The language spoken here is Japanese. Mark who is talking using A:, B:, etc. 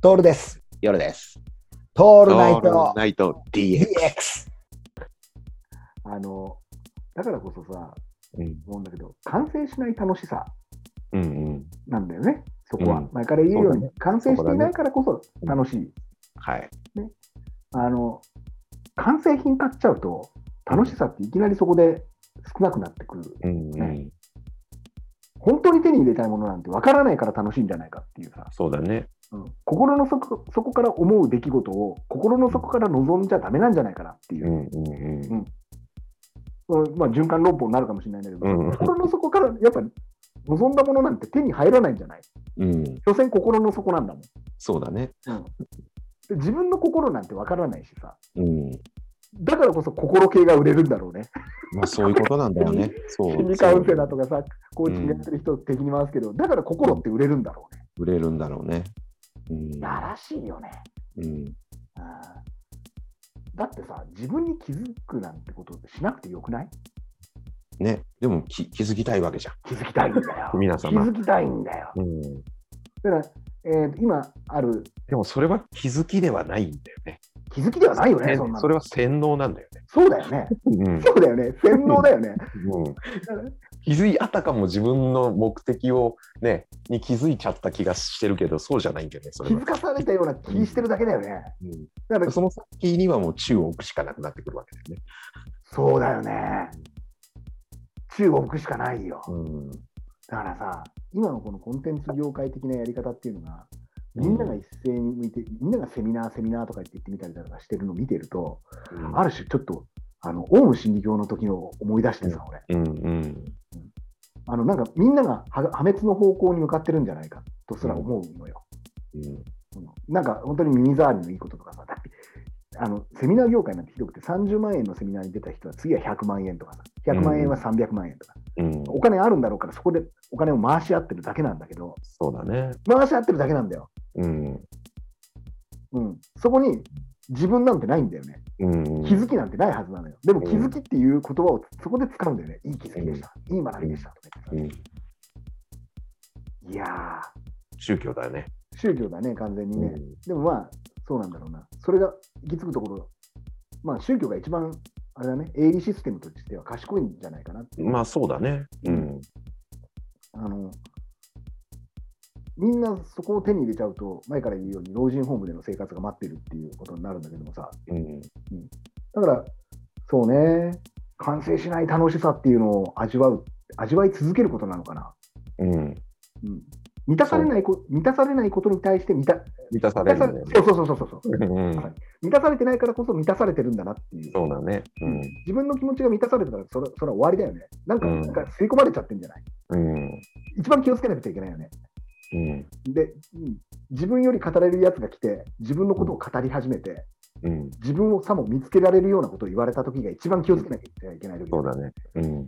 A: トールです。
B: 夜です。
A: ト
B: オ
A: ールナイト
B: ナイト DX。
A: DX。あの、だからこそさ、
B: うん
A: 思うんだけど、完成しない楽しさ
B: うんうん。
A: なんだよね、そこは。
B: うん
A: 前から言うよう
B: そう
A: に、
B: だ
A: 完成していないからこそ楽しい。
B: はい。
A: あの、完成品買っちゃうと、楽しさっていきなりそこで少なくなってくる。
B: うんう
A: ね
B: ん。
A: 本当に手に入れたいものなんて分からないから楽しいんじゃないかっていうさ、
B: そうだね。
A: うん心の底底から思う出来事を心の底から望んじゃダメなんじゃないかなっていうう、
B: んうんうん。
A: うんまあ、循環論法になるかもしれないんだけど、
B: うん
A: 心の底からやっぱ望んだものなんて手に入らないんじゃない
B: うん。
A: 所詮心の底なんだもん、
B: そうだね。
A: で自分の心なんて分からないしさ
B: うん。
A: だからこそ心系が売れるんだろうね
B: まあそういうことなんだよね。そう。
A: 心理カウンセラーと
B: か。
A: かさコーチングやってる人敵に回すけど、だから心って売れるんだろうね
B: 売れるんだろうね。うん。
A: やらしいよね
B: うん。
A: うんだってさ、自分に気づくなんてことしなくてよくない
B: ね。でもき気づきたいわけじゃ。
A: 気づきたいんだよ
B: 皆様
A: 気づきたいんだよ。
B: ん。うん。
A: だから、えーと今ある
B: でもそれは気づきではないんだよね。
A: 気づきではないよね、
B: ね
A: そんなの
B: それは洗脳なんだよね。
A: そうだよ ね。
B: うん
A: そうだよね。洗脳だよね。
B: うん気づいあたかも自分の目的をねに気づいちゃった気がしてるけどそうじゃないんだよねそ
A: 気
B: れは
A: づ、かされたような気してるだけだよね。
B: うん
A: だから、
B: その先にはもう宙を置くしかなくなってくるわけだよね
A: そうだよね。中国しかないよ。
B: うん
A: だからさ、今のこのコンテンツ業界的なやり方っていうのが、みんなが一斉に向いて、みんながセミナー、セミナーとか言って言ってみたりだとかしてるのを見てると、ある種ちょっと、あの、オウム真理教の時の思い出してさ、俺。
B: うんうん
A: あの、なんかみんながは破滅の方向に向かってるんじゃないかとすら思うのよ。
B: うん
A: うんなんか本当に耳障りのいいこととかさ、だって、あの、セミナー業界なんてひどくて30万円のセミナーに出た人は次は100万円とかさ、100万円は300万円とか、
B: うん
A: お金あるんだろうからそこでお金を回し合ってるだけなんだけど、
B: そうだね
A: 回し合ってるだけなんだよ。
B: うん
A: うん。そこに自分なんてないんだよね。
B: うん
A: 気づきなんてないはずなのよ。でも気づきっていう言葉をそこで使うんだよね。いい気づきでした。いい学びでした。とか
B: う
A: 言って
B: ん
A: さいや
B: 宗教だよね
A: ー、宗教だね、完全にね。
B: うん
A: でもまあ、そうなんだろうな。それが行き着くところ、まあ宗教が一番、あれだね、営利システムとしては賢いんじゃないかなっていう。
B: まあそうだねうん
A: あのみんなそこを手に入れちゃうと、前から言うように老人ホームでの生活が待ってるっていうことになるんだけどもさ、
B: うん
A: だから、そうね、完成しない楽しさっていうのを味わう、味わい続けることなのかな。
B: うん
A: うん、満たされないこ満たされないことに対して満た
B: 満たさ
A: 満
B: れ
A: た
B: るんだ
A: さ
B: よ
A: れ
B: ね
A: そうそうそうそうそう
B: うん
A: はい満たされてないからこそ満たされてるんだなっていう
B: そうだねうん
A: 自分の気持ちが満たされてたらそれそれは終わりだよねなんか,、
B: うん
A: なんか吸い込まれちゃってんじゃない
B: うん
A: 一番気をつけなくちゃいけないよね
B: うん
A: で、うん自分より語れるやつが来て自分のことを語り始めて
B: うん
A: 自分をさも見つけられるようなことを言われた時が一番気をつけなきゃいけない時
B: そうだねうん
A: うん